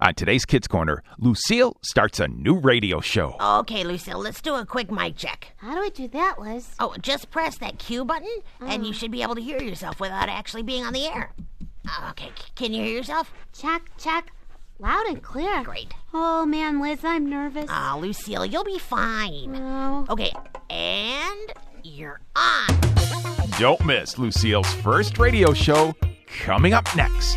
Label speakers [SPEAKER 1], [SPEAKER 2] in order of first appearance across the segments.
[SPEAKER 1] On today's Kids Corner, Lucille starts a new radio show.
[SPEAKER 2] Okay, Lucille, let's do a quick mic check.
[SPEAKER 3] How do I do that, Liz?
[SPEAKER 2] Oh, just press that cue button, and you should be able to hear yourself without actually being on the air. Ah, Okay, c- can you hear yourself?
[SPEAKER 3] Check, check. Loud and clear.
[SPEAKER 2] Great.
[SPEAKER 3] Oh man, Liz, I'm nervous.
[SPEAKER 2] Ah, Lucille, you'll be fine.
[SPEAKER 3] Oh.
[SPEAKER 2] Okay, and you're on.
[SPEAKER 1] Don't miss Lucille's first radio show coming up next.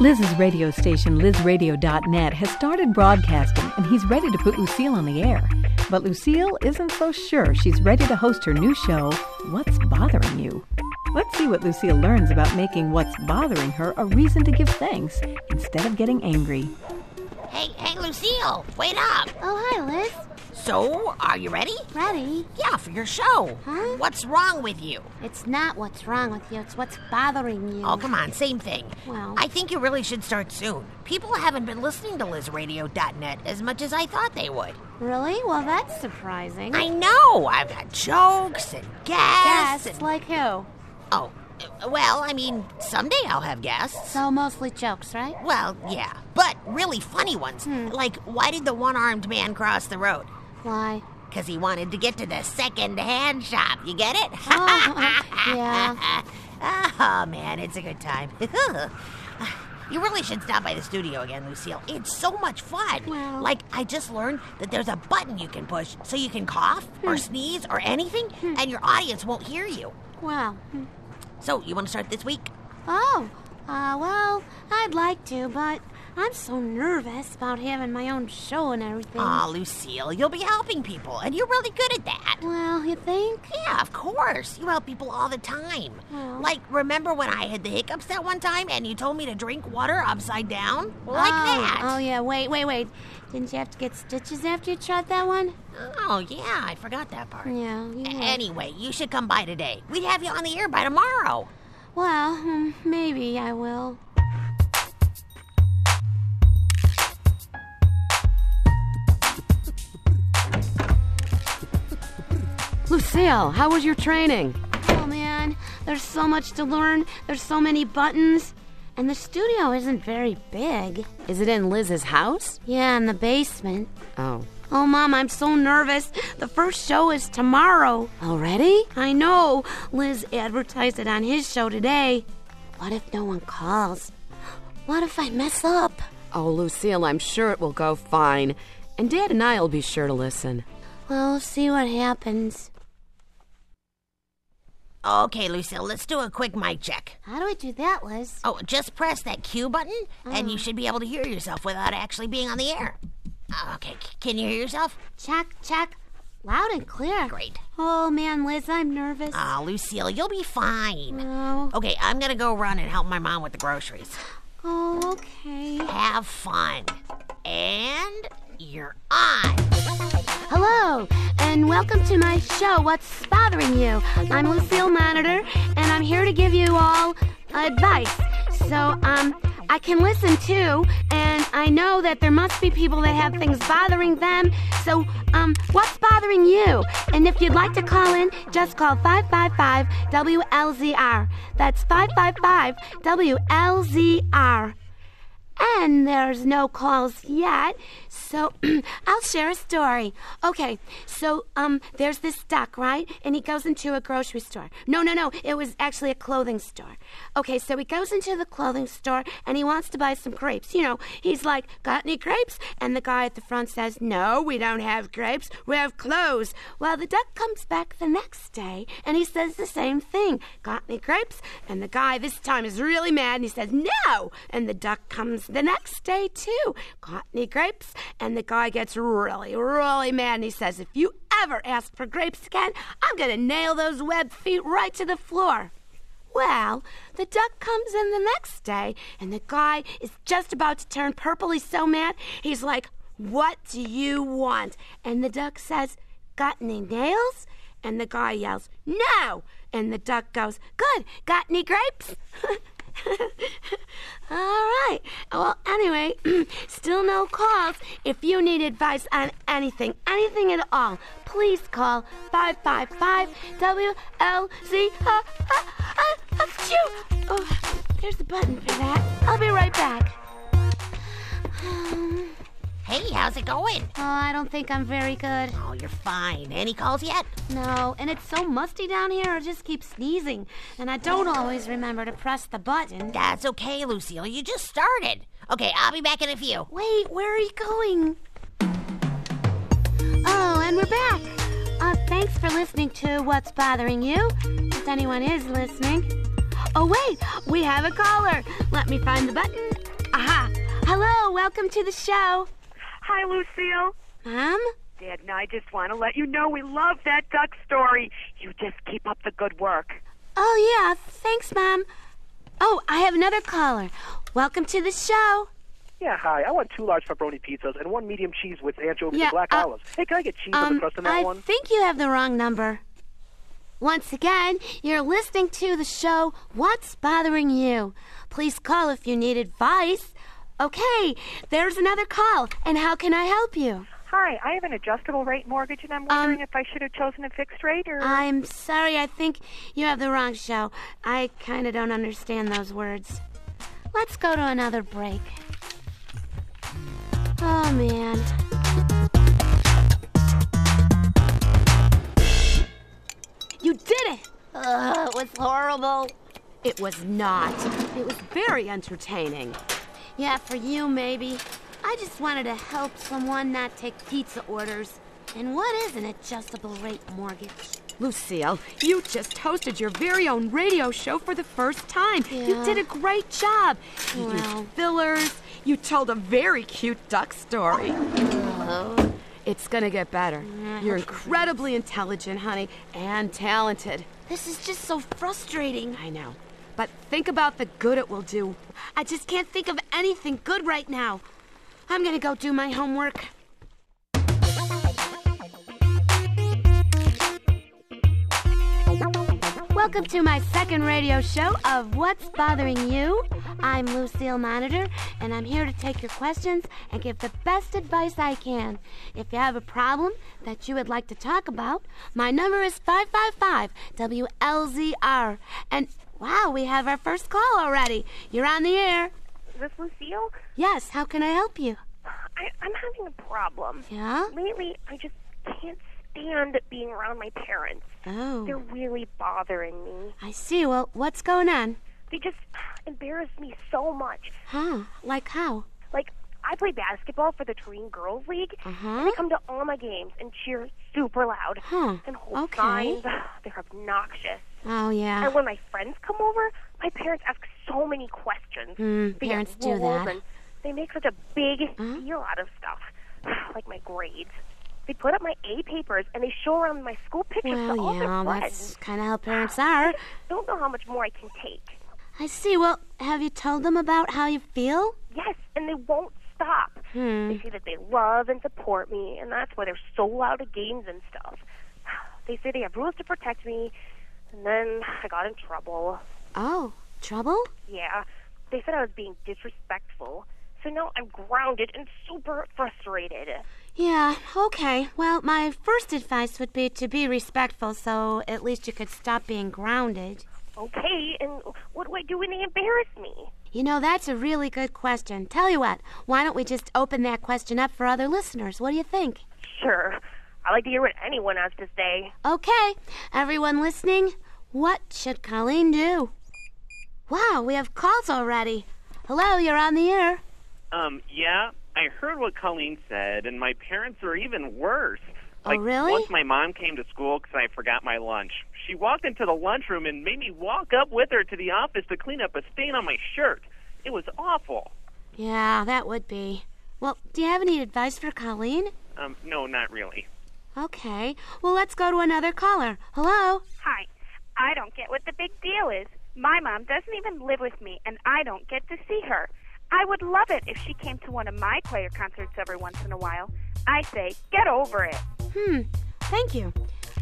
[SPEAKER 4] Liz's radio station, lizradio.net, has started broadcasting, and he's ready to put Lucille on the air. But Lucille isn't so sure she's ready to host her new show, What's Bothering You? Let's see what Lucille learns about making what's bothering her a reason to give thanks instead of getting angry.
[SPEAKER 2] Hey, hey, Lucille, wait up.
[SPEAKER 3] Oh, hi, Liz.
[SPEAKER 2] So, are you ready?
[SPEAKER 3] Ready?
[SPEAKER 2] Yeah, for your show.
[SPEAKER 3] Huh?
[SPEAKER 2] What's wrong with you?
[SPEAKER 3] It's not what's wrong with you, it's what's bothering you.
[SPEAKER 2] Oh, come on, same thing.
[SPEAKER 3] Well-
[SPEAKER 2] I think you really should start soon. People haven't been listening to LizRadio.net as much as I thought they would.
[SPEAKER 3] Really? Well, that's surprising.
[SPEAKER 2] I know. I've got jokes and guests.
[SPEAKER 3] Guests
[SPEAKER 2] and-
[SPEAKER 3] like who?
[SPEAKER 2] oh, uh, well, I mean, someday I'll have guests.
[SPEAKER 3] So mostly jokes, right?
[SPEAKER 2] Well, yeah, but really funny ones.
[SPEAKER 3] Hmm.
[SPEAKER 2] Like, why did the one armed man cross the road?
[SPEAKER 3] Why?
[SPEAKER 2] Because he wanted to get to the second hand shop. You get it?
[SPEAKER 3] Oh, yeah.
[SPEAKER 2] oh, man, it's a good time. you really should stop by the studio again, Lucille. It's so much fun.
[SPEAKER 3] Well-
[SPEAKER 2] Like, I just learned that there's a button you can push so you can cough
[SPEAKER 3] Hmm.
[SPEAKER 2] or sneeze or anything, and your audience won't hear you.
[SPEAKER 3] Wow. Hmm.
[SPEAKER 2] So, you want to start this week?
[SPEAKER 3] Oh, uh, well, I'd like to, but I'm so nervous about having my own show and everything.
[SPEAKER 2] Ah, Lucille, you'll be helping people, and you're really good at that.
[SPEAKER 3] Well, you think?
[SPEAKER 2] Yeah, of course. You help people all the time.
[SPEAKER 3] Well.
[SPEAKER 2] Like, remember when I had the hiccups that one time and you told me to drink water upside down? Well, Like
[SPEAKER 3] oh,
[SPEAKER 2] that.
[SPEAKER 3] Oh, yeah, wait, wait, wait. Didn't you have to get stitches after you tried that one?
[SPEAKER 2] Oh, yeah, I forgot that part.
[SPEAKER 3] Yeah, you
[SPEAKER 2] A-
[SPEAKER 3] would.
[SPEAKER 2] Anyway, you should come by today. We'd have you on the air by tomorrow.
[SPEAKER 3] Well, hmm, maybe I will.
[SPEAKER 5] Lucille, how was your training?
[SPEAKER 3] Oh, man, there's so much to learn. There's so many buttons. And the studio isn't very big.
[SPEAKER 5] Is it in Liz's house?
[SPEAKER 3] Yeah, in the basement.
[SPEAKER 5] Oh.
[SPEAKER 3] Oh, Mom, I'm so nervous. The first show is tomorrow.
[SPEAKER 5] Already?
[SPEAKER 3] I know. Liz advertised it on his show today. What if no one calls? What if I mess up?
[SPEAKER 5] Oh, Lucille, I'm sure it will go fine. And Dad and I'll be sure to listen.
[SPEAKER 3] Well, see what happens.
[SPEAKER 2] Okay, Lucille, let's do a quick mic check.
[SPEAKER 3] How do I do that, Liz?
[SPEAKER 2] Oh, just press that cue button and you should be able to hear yourself without actually being on the air. Uh, Okay, c- can you hear yourself?
[SPEAKER 3] Check, check. Loud and clear.
[SPEAKER 2] Great.
[SPEAKER 3] Oh, man, Liz, I'm nervous.
[SPEAKER 2] Ah, Lucille, you'll be fine.
[SPEAKER 3] Oh,
[SPEAKER 2] Okay, I'm gonna go run and help my mom with the groceries.
[SPEAKER 3] oh, okay.
[SPEAKER 2] Have fun. And you're on.
[SPEAKER 3] Hello, and welcome to my show, What's Bothering You? I'm Lucille Monitor, and I'm here to give you all advice. So, um, I can listen too, and I know that there must be people that have things bothering them. So, um, what's bothering you? And if you'd like to call in, just call 555 WLZR. That's 555 WLZR. And there's no calls yet, so I'll share a story. Okay, so um, there's this duck, right? And he goes into a grocery store. No, no, no, it was actually a clothing store. Okay, so he goes into the clothing store and he wants to buy some grapes. You know, he's like, "Got any grapes?" And the guy at the front says, "No, we don't have grapes. We have clothes." Well, the duck comes back the next day and he says the same thing. "Got any grapes?" And the guy this time is really mad and he says, "No!" And the duck comes the next day too. "Got any grapes?" And the guy gets really, really mad and he says, "If you ever ask for grapes again, I'm going to nail those webbed feet right to the floor. Well, the duck comes in the next day, and the guy is just about to turn purple. He's so mad, he's like, What do you want? And the duck says, Got any nails? And the guy yells, No! And the duck goes, Good, got any grapes? All right. Well, anyway, still no calls. If you need advice on anything, anything at all, please call 555 WLZ. Uh, uh, uh, achoo. Oh, there's the button for that. I'll be right back. Oh,
[SPEAKER 2] Hey, how's it going?
[SPEAKER 3] I don't think I'm very good.
[SPEAKER 2] Oh, you're fine. Any calls yet?
[SPEAKER 3] No, and it's so musty down here, I just keep sneezing. And I don't always remember to press the button.
[SPEAKER 2] That's okay, Lucille. You just started. Okay, I'll be back in a few.
[SPEAKER 3] Wait, where are you going? Oh, and we're back. Uh, thanks for listening to What's Bothering You, if anyone is listening. Oh, wait, we have a caller. Let me find the button. Aha. Hello, welcome to the show.
[SPEAKER 6] Hi, Lucille.
[SPEAKER 3] Mom?
[SPEAKER 6] Dad and I just want to let you know we love that duck story. You just keep up the good work.
[SPEAKER 3] Oh, yeah, thanks, Mom. Oh, I have another caller. Welcome to the show.
[SPEAKER 7] Yeah, hi. I want two large pepperoni pizzas and one medium cheese with anchovies
[SPEAKER 3] Yeah,
[SPEAKER 7] and black
[SPEAKER 3] uh,
[SPEAKER 7] olives. Hey, can I get cheese on the crust on that
[SPEAKER 3] I
[SPEAKER 7] one?
[SPEAKER 3] think you have the wrong number. Once again, you're listening to the show What's Bothering You? Please call if you need advice. Okay, there's another call, and how can I help you?
[SPEAKER 6] Hi, I have an adjustable rate mortgage, and I'm wondering if I should have chosen a fixed rate or.
[SPEAKER 3] I'm sorry, I think you have the wrong show. I kind of don't understand those words. Let's go to another break. Oh, man. You did it! Ugh, it was horrible.
[SPEAKER 5] It was not. It was very entertaining.
[SPEAKER 3] Yeah, for you, maybe. I just wanted to help someone not take pizza orders. And what is an adjustable rate mortgage?
[SPEAKER 5] Lucille, you just hosted your very own radio show for the first time.
[SPEAKER 3] Yeah.
[SPEAKER 5] You did a great job. You used
[SPEAKER 3] Well.
[SPEAKER 5] fillers. You told a very cute duck story. It's gonna get better. You're incredibly intelligent, honey, and talented.
[SPEAKER 3] This is just so frustrating.
[SPEAKER 5] I know. But think about the good it will do.
[SPEAKER 3] I just can't think of anything good right now. I'm gonna go do my homework. Welcome to my second radio show of What's Bothering You. I'm Lucille Monitor, and I'm here to take your questions and give the best advice I can. If you have a problem that you would like to talk about, my number is 555 WLZR. And wow, we have our first call already. You're on the air.
[SPEAKER 6] Is this Lucille?
[SPEAKER 3] Yes, how can I help you?
[SPEAKER 6] I, I'm having a problem.
[SPEAKER 3] Yeah?
[SPEAKER 6] Lately, I just can't stand being around my parents. They're
[SPEAKER 3] Oh,
[SPEAKER 6] really bothering me.
[SPEAKER 3] I see. Well, what's going on?
[SPEAKER 6] They just embarrass me so much.
[SPEAKER 3] Huh? Like how?
[SPEAKER 6] Like, I play basketball for the Korean Girls League, and they come to all my games and cheer super loud
[SPEAKER 3] Huh.
[SPEAKER 6] and hold
[SPEAKER 3] Okay.
[SPEAKER 6] signs. They're obnoxious.
[SPEAKER 3] Oh, yeah.
[SPEAKER 6] And when my friends come over, my parents ask so many questions.
[SPEAKER 3] Mm,
[SPEAKER 6] They get
[SPEAKER 3] parents do
[SPEAKER 6] rules,
[SPEAKER 3] that.
[SPEAKER 6] and They make such a big deal out of stuff, like my grades. They put up my A papers and they show around my school pictures
[SPEAKER 3] Well,
[SPEAKER 6] to all
[SPEAKER 3] yeah,
[SPEAKER 6] their
[SPEAKER 3] that's
[SPEAKER 6] friends.
[SPEAKER 3] kind of how parents are.
[SPEAKER 6] Don't know how much more I can take.
[SPEAKER 3] I see. Well, have you told them about how you feel?
[SPEAKER 6] Yes, and they won't stop. They say that they love and support me, and that's why they're so loud at games and stuff. They say they have rules to protect me, and then I got in trouble.
[SPEAKER 3] Oh, trouble?
[SPEAKER 6] Yeah, they said I was being disrespectful. So now I'm grounded and super frustrated.
[SPEAKER 3] Yeah, okay. Well, my first advice would be to be respectful so at least you could stop being grounded.
[SPEAKER 6] Okay, and what do I do when they embarrass me?
[SPEAKER 3] You know, that's a really good question. Tell you what, why don't we just open that question up for other listeners? What do you think?
[SPEAKER 6] Sure, I like to hear what anyone has to say.
[SPEAKER 3] Okay, everyone listening, what should Colleen do? Wow, we have calls already. Hello, you're on the air.
[SPEAKER 8] Um, yeah, I heard what Colleen said, and my parents are even worse. Like,
[SPEAKER 3] Oh, really?
[SPEAKER 8] Once my mom came to school because I forgot my lunch. She walked into the lunchroom and made me walk up with her to the office to clean up a stain on my shirt. It was awful.
[SPEAKER 3] Yeah, that would be. Well, do you have any advice for Colleen?
[SPEAKER 8] Um, no, not really.
[SPEAKER 3] Okay. Well, let's go to another caller. Hello?
[SPEAKER 9] Hi. I don't get what the big deal is. My mom doesn't even live with me, and I don't get to see her. I would love it if she came to one of my choir concerts every once in a while. I say, get over it.
[SPEAKER 3] Hmm. Thank you.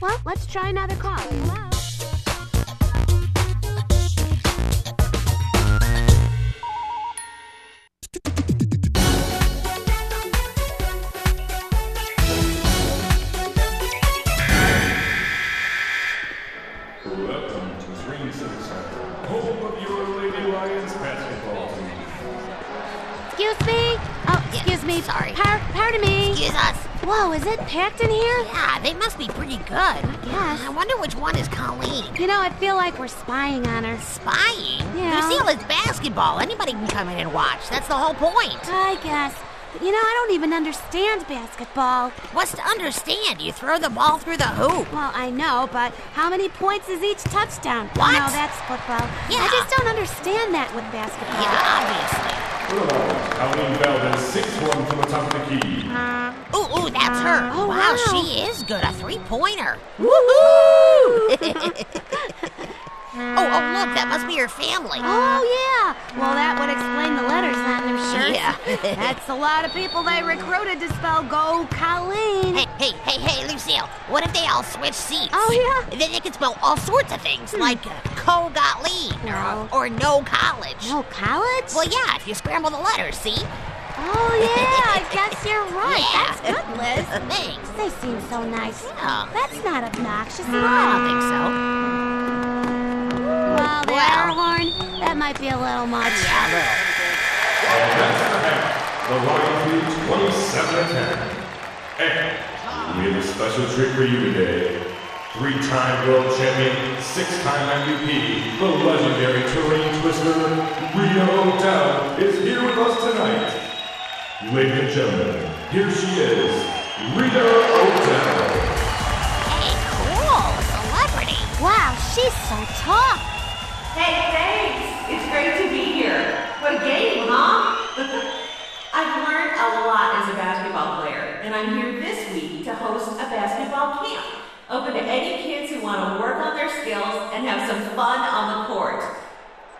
[SPEAKER 3] Well, let's try another call. Hello?
[SPEAKER 10] Welcome to Dream Center, home of your Lady Lions basketball team.
[SPEAKER 3] Excuse me? Oh, excuse me. Sorry. Par- pardon me. Excuse us. Whoa, is it packed in here?
[SPEAKER 2] Yeah, they must be pretty good. I
[SPEAKER 3] guess.
[SPEAKER 2] I wonder which one is Colleen.
[SPEAKER 3] You know, I feel like we're spying on her.
[SPEAKER 2] Spying?
[SPEAKER 3] Yeah.
[SPEAKER 2] Lucille, it's basketball. Anybody can come in and watch. That's the whole point.
[SPEAKER 3] I guess. But you know, I don't even understand basketball.
[SPEAKER 2] What's to understand? You throw the ball through the hoop.
[SPEAKER 3] Well, I know, but how many points is each touchdown?
[SPEAKER 2] What?
[SPEAKER 3] No, that's football.
[SPEAKER 2] Yeah.
[SPEAKER 3] I just don't understand that with basketball.
[SPEAKER 2] Yeah,
[SPEAKER 10] Oh, Colleen Bell is 6-1 from the top of the key.
[SPEAKER 2] obviously. Ooh, ooh, that's her.
[SPEAKER 3] Oh,
[SPEAKER 2] wow,
[SPEAKER 3] wow.
[SPEAKER 2] she is good. A three pointer.
[SPEAKER 3] Woohoo!
[SPEAKER 2] Oh, oh, look, that must be her family.
[SPEAKER 3] oh, yeah. Well, that would explain the letters on their shirts.
[SPEAKER 2] Yeah.
[SPEAKER 3] that's a lot of people they recruited to spell Go Colleen.
[SPEAKER 2] Hey, hey, hey, hey, Lucille, what if they all switch seats?
[SPEAKER 3] Oh, yeah? Hmm.
[SPEAKER 2] Then they could spell all sorts of things, like uh, co Gottlieb
[SPEAKER 3] No.
[SPEAKER 2] or, or no college.
[SPEAKER 3] No college?
[SPEAKER 2] Well, yeah, if you scramble the letters, see?
[SPEAKER 3] Oh, yeah. I guess you're right. That's
[SPEAKER 2] Yeah.
[SPEAKER 3] good, Liz.
[SPEAKER 2] Thanks.
[SPEAKER 3] They seem so nice.
[SPEAKER 2] Yeah.
[SPEAKER 3] That's not obnoxious at
[SPEAKER 2] I
[SPEAKER 3] all.
[SPEAKER 2] don't Ah, think so. Hmm.
[SPEAKER 3] Well, the
[SPEAKER 2] Wow.
[SPEAKER 3] air horn, that might be a little much.
[SPEAKER 2] Yeah,
[SPEAKER 10] The Lions lead 27 to 10. And we have a special treat for you today. Three-time world champion, six-time MVP, the legendary terrain twister, Rio Dow is here with us tonight. Ladies and gentlemen, here she is, Rita O'Dowd.
[SPEAKER 2] little. Hey, cool. a Celebrity.
[SPEAKER 3] Wow, she's so tough.
[SPEAKER 11] Hey, thanks. It's great to be here. What a game, huh? I've learned a lot as a basketball player, and I'm here this week to host a basketball camp open to any kids who want to work on their skills and have some fun on the court.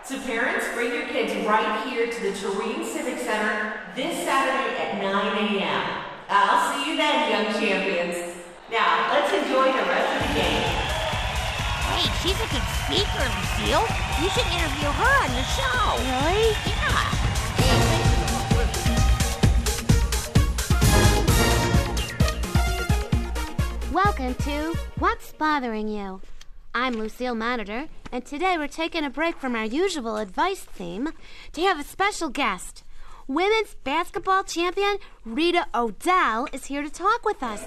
[SPEAKER 11] So, parents, bring your kids right here to the Turin Civic Center this Saturday at 9 a.m. I'll see you then, young champions. Now, let's enjoy the rest of the game.
[SPEAKER 2] Hey, she's a good speaker, Lucille. You should interview her on your show.
[SPEAKER 3] Really?
[SPEAKER 2] Yeah.
[SPEAKER 3] Welcome to What's Bothering You. I'm Lucille Monitor, and today we're taking a break from our usual advice theme to have a special guest. Women's basketball champion Rita O'Dell is here to talk with us.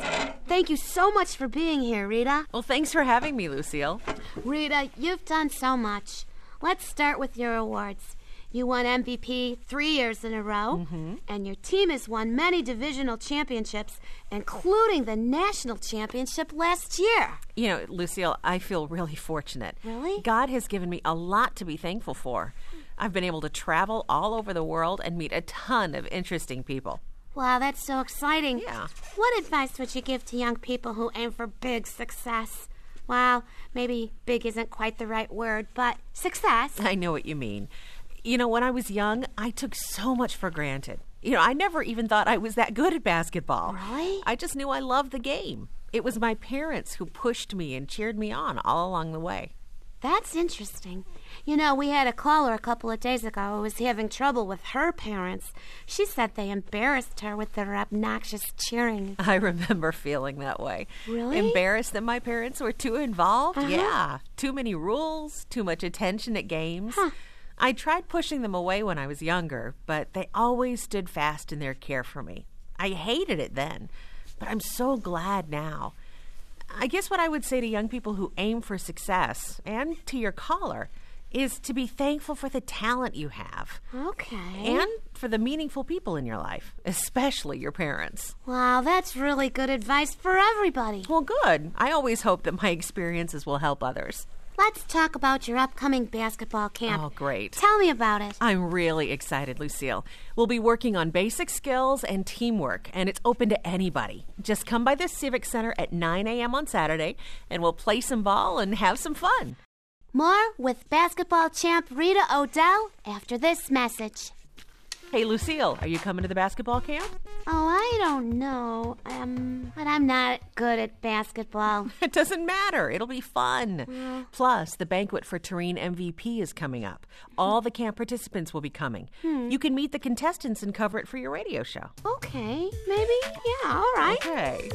[SPEAKER 3] Thank you so much for being here, Rita.
[SPEAKER 12] Well, thanks for having me, Lucille.
[SPEAKER 3] Rita, you've done so much. Let's start with your awards. You won MVP three years in a row, and your team has won many divisional championships, including the national championship last year.
[SPEAKER 12] You know, Lucille, I feel really fortunate.
[SPEAKER 3] Really?
[SPEAKER 12] God has given me a lot to be thankful for. I've been able to travel all over the world and meet a ton of interesting people.
[SPEAKER 3] Wow, that's so exciting.
[SPEAKER 12] Yeah.
[SPEAKER 3] What advice would you give to young people who aim for big success? Well, maybe big isn't quite the right word, but success.
[SPEAKER 12] I know what you mean. You know, when I was young, I took so much for granted. You know, I never even thought I was that good at basketball.
[SPEAKER 3] Really?
[SPEAKER 12] I just knew I loved the game. It was my parents who pushed me and cheered me on all along the way.
[SPEAKER 3] That's interesting. You know, we had a caller a couple of days ago who was having trouble with her parents. She said they embarrassed her with their obnoxious cheering.
[SPEAKER 12] I remember feeling that way.
[SPEAKER 3] Really?
[SPEAKER 12] Embarrassed that my parents were too involved?
[SPEAKER 3] Uh-huh.
[SPEAKER 12] Yeah. Too many rules, too much attention at games.
[SPEAKER 3] Huh.
[SPEAKER 12] I tried pushing them away when I was younger, but they always stood fast in their care for me. I hated it then, but I'm so glad now. I guess what I would say to young people who aim for success and to your caller is to be thankful for the talent you have
[SPEAKER 3] Okay.
[SPEAKER 12] and for the meaningful people in your life, especially your parents.
[SPEAKER 3] Wow, that's really good advice for everybody.
[SPEAKER 12] Well, good. I always hope that my experiences will help others.
[SPEAKER 3] Let's talk about your upcoming basketball camp.
[SPEAKER 12] Oh, great.
[SPEAKER 3] Tell me about it.
[SPEAKER 12] I'm really excited, Lucille. We'll be working on basic skills and teamwork, and it's open to anybody. Just come by the Civic Center at 9 a.m. on Saturday, and we'll play some ball and have some fun.
[SPEAKER 3] More with basketball champ Rita Odell after this message.
[SPEAKER 12] Hey, Lucille, are you coming to the basketball camp?
[SPEAKER 3] Oh, I don't know. Um, but I'm not good at basketball.
[SPEAKER 12] It doesn't matter. It'll be fun. Plus, the banquet for Terrain MVP is coming up. All the camp participants will be coming.
[SPEAKER 3] Hmm.
[SPEAKER 12] You can meet the contestants and cover it for your radio show.
[SPEAKER 3] Okay, maybe. Yeah, all right.
[SPEAKER 12] Okay.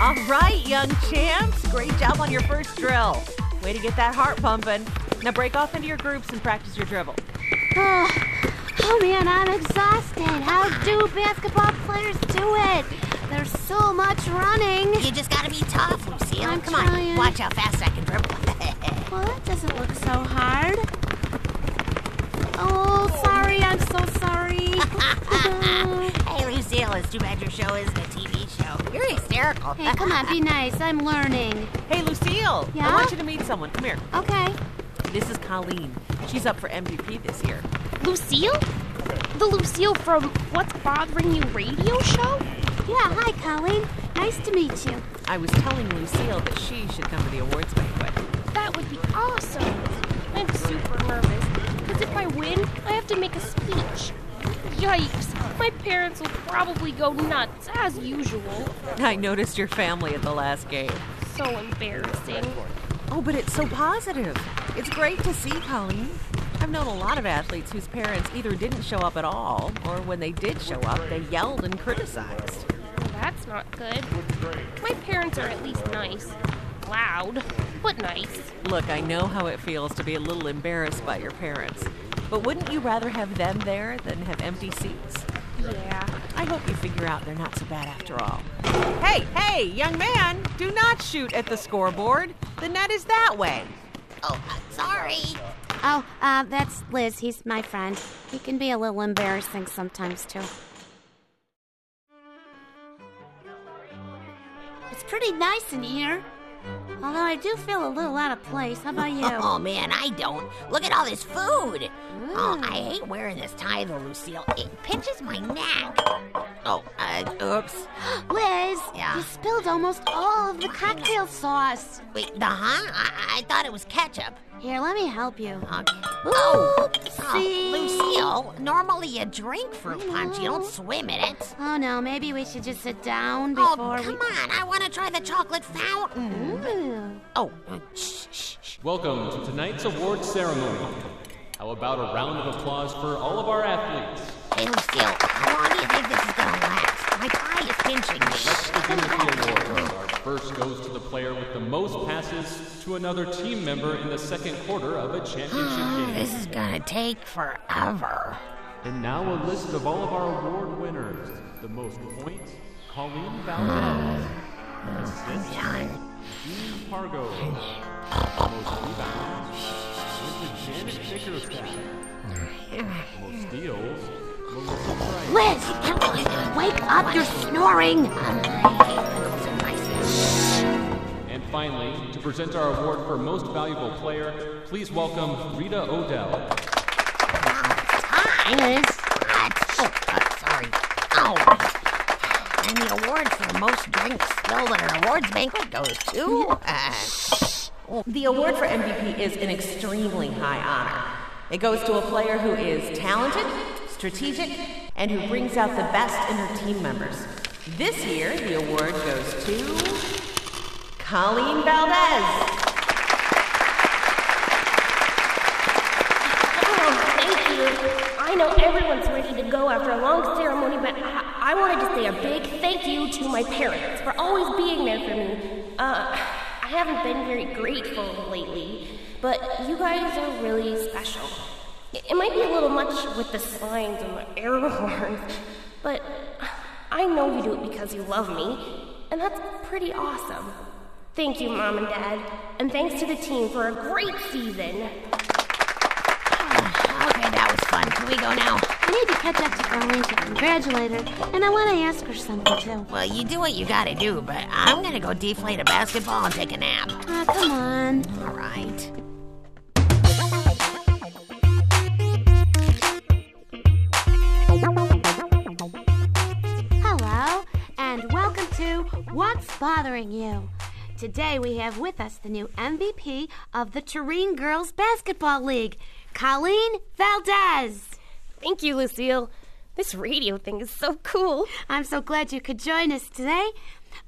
[SPEAKER 12] All right, young champs. Great job on your first drill. Way to get that heart pumping. Now break off into your groups and practice your dribble.
[SPEAKER 3] Oh, oh man, I'm exhausted. How do basketball players do it? There's so much running. You just gotta be tough, Lucille. I'm
[SPEAKER 2] Come on, watch
[SPEAKER 3] how fast I can dribble. well, that doesn't look so hard. Oh, sorry, I'm so sorry.
[SPEAKER 2] hey, Lucille, it's too bad your show isn't a TV show. You're hysterical.
[SPEAKER 3] hey, come on, be nice. I'm learning.
[SPEAKER 12] Hey, Lucille. I
[SPEAKER 3] Yeah?
[SPEAKER 12] want you to meet someone. Come here.
[SPEAKER 3] Okay.
[SPEAKER 12] This is Colleen. She's up for MVP this year.
[SPEAKER 13] Lucille? The Lucille from What's Bothering You radio show?
[SPEAKER 3] Yeah, hi, Colleen. Nice to meet you.
[SPEAKER 12] I was telling Lucille that she should come to the awards banquet.
[SPEAKER 13] That would be awesome. I'm super nervous. Because if I win, I have to make a speech. Yikes. My parents will probably go nuts, as usual.
[SPEAKER 12] I noticed your family at the last game.
[SPEAKER 13] So embarrassing.
[SPEAKER 12] Oh, but it's so positive. It's great to see Colleen. I've known a lot of athletes whose parents either didn't show up at all, or when they did show up, they yelled and criticized.
[SPEAKER 13] Well, that's not good. My parents are at least nice. Loud, but nice.
[SPEAKER 12] Look, I know how it feels to be a little embarrassed by your parents, but wouldn't you rather have them there than have empty seats?
[SPEAKER 13] Yeah.
[SPEAKER 12] I hope you figure out they're not so bad after all. Hey, hey, young man, do not shoot at the scoreboard. The net is that way.
[SPEAKER 3] Oh, sorry. Oh, uh, that's Liz. He's my friend. He can be a little embarrassing sometimes, too. It's pretty nice in here. Although I do feel a little out of place. How about you?
[SPEAKER 2] Oh, man, I don't. Look at all this food. Oh,
[SPEAKER 13] Mm.
[SPEAKER 2] I hate wearing this tie, though, Lucille. It pinches my neck. Oh, uh, oops.
[SPEAKER 3] Liz,
[SPEAKER 2] Yeah.
[SPEAKER 3] you spilled almost all of the cocktail sauce.
[SPEAKER 2] Wait, uh huh? I-, I thought it was ketchup.
[SPEAKER 3] Here, let me help you.
[SPEAKER 2] Okay. Oh, oh, Lucille, normally you drink fruit punch, you don't swim in it.
[SPEAKER 3] Oh no, maybe we should just sit down
[SPEAKER 2] Oh,
[SPEAKER 3] before
[SPEAKER 2] come on, I want to try the chocolate fountain.
[SPEAKER 3] we. Ooh.
[SPEAKER 2] Oh, uh, shh, shh.
[SPEAKER 14] Welcome to tonight's award ceremony. How about a round of applause for all of our athletes?
[SPEAKER 2] Hey, Lucille, how long do you think this is going to last? My tie is pinching me.
[SPEAKER 14] Begin with the award. Our first goes to the player with the most passes to another team member in the second quarter of a championship game.
[SPEAKER 2] This is going to take forever.
[SPEAKER 14] And now a list of all of our award winners. The most points, Colleen Valdez.
[SPEAKER 2] Hmm. Oh,
[SPEAKER 14] Assists, Dean Pargo. Most rebounds, went to Janet Bickerstaff. Most steals, Melissa Price.
[SPEAKER 3] Liz, wake up! You're snoring.
[SPEAKER 14] And finally, to present our award for Most Valuable Player, please welcome Rita Odell.
[SPEAKER 2] Liz. Oh, uh, sorry. Oh. And the award for most drinks spilled at an awards banquet goes to. Uh,
[SPEAKER 12] The award for MVP is an extremely high honor. It goes to a player who is talented, strategic, and who brings out the best in her team members. This year, the award goes to Colleen Valdez.
[SPEAKER 13] Oh, thank you. I know everyone's ready to go after a long ceremony, but I, I wanted to say a big thank you to my parents for always being there for me. Uh, I haven't been very grateful lately, but you guys are really special. It, it might be a little much with the signs and the air horns, but I know you do it because you love me, and that's pretty awesome. Thank you, Mom and Dad, and thanks to the team for a great season.
[SPEAKER 2] okay, that was fun. on. Can we go now?
[SPEAKER 3] I need to catch up to Colleen to congratulate her, and I want to ask her something too.
[SPEAKER 2] Well, you do what you gotta do, but I'm gonna go deflate a basketball and take a nap.
[SPEAKER 3] Ah, come on.
[SPEAKER 2] All right.
[SPEAKER 3] Hello, and welcome to What's Bothering You. Today we have with us the new MVP of the Turin Girls Basketball League, Colleen Valdez.
[SPEAKER 15] Thank you, Lucille. This radio thing is so cool.
[SPEAKER 3] I'm so glad you could join us today.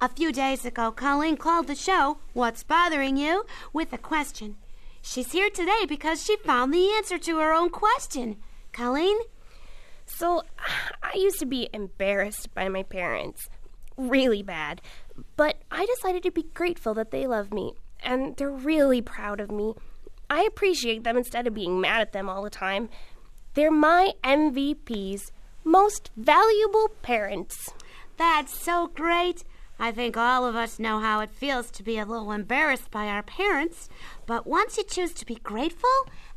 [SPEAKER 3] A few days ago, Colleen called the show, What's Bothering You, with a question. She's here today because she found the answer to her own question. Colleen?
[SPEAKER 15] So, I used to be embarrassed by my parents. Really bad. But I decided to be grateful that they love me, and they're really proud of me. I appreciate them instead of being mad at them all the time. They're my MVPs, most valuable parents.
[SPEAKER 3] That's so great. I think all of us know how it feels to be a little embarrassed by our parents, but once you choose to be grateful,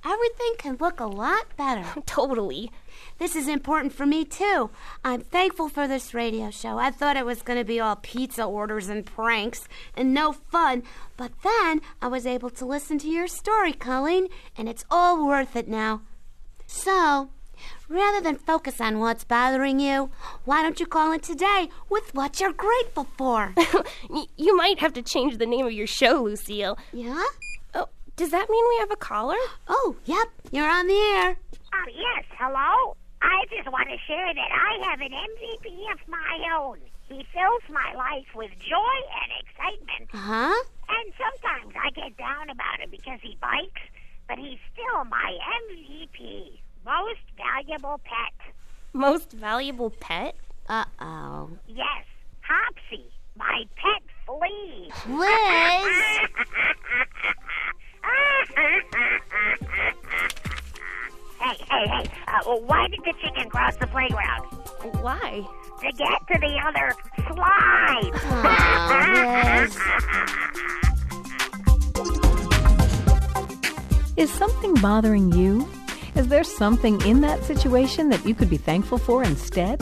[SPEAKER 3] everything can look a lot better.
[SPEAKER 15] totally.
[SPEAKER 3] This is important for me, too. I'm thankful for this radio show. I thought it was going to be all pizza orders and pranks and no fun, but then I was able to listen to your story, Colleen, and it's all worth it now. So, rather than focus on what's bothering you, why don't you call in today with what you're grateful for?
[SPEAKER 15] Y- you might have to change the name of your show, Lucille.
[SPEAKER 3] Yeah?
[SPEAKER 15] Oh, does that mean we have a caller?
[SPEAKER 3] Oh, yep, you're on the air.
[SPEAKER 6] Uh, yes, hello? I just want to share that I have an MVP of my own. He fills my life with joy and excitement.
[SPEAKER 3] Huh?
[SPEAKER 6] And sometimes I get down about it because he bikes, but he's still my MVP, most valuable pet.
[SPEAKER 15] Most valuable pet?
[SPEAKER 3] Uh oh.
[SPEAKER 6] Yes, Hopsy, my pet flea.
[SPEAKER 3] Liz!
[SPEAKER 6] Hey, hey, hey, uh, well, why did the chicken cross the playground?
[SPEAKER 15] Why?
[SPEAKER 6] To get to the other slide.
[SPEAKER 4] Is something bothering you? Is there something in that situation that you could be thankful for instead?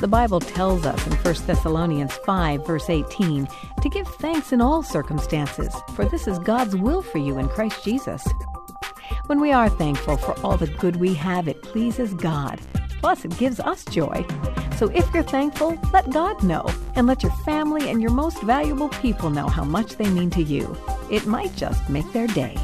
[SPEAKER 4] The Bible tells us in 1 Thessalonians 5, verse 18, to give thanks in all circumstances, for this is God's will for you in Christ Jesus. When we are thankful for all the good we have, it pleases God. Plus, it gives us joy. So if you're thankful, let God know and let your family and your most valuable people know how much they mean to you. It might just make their day.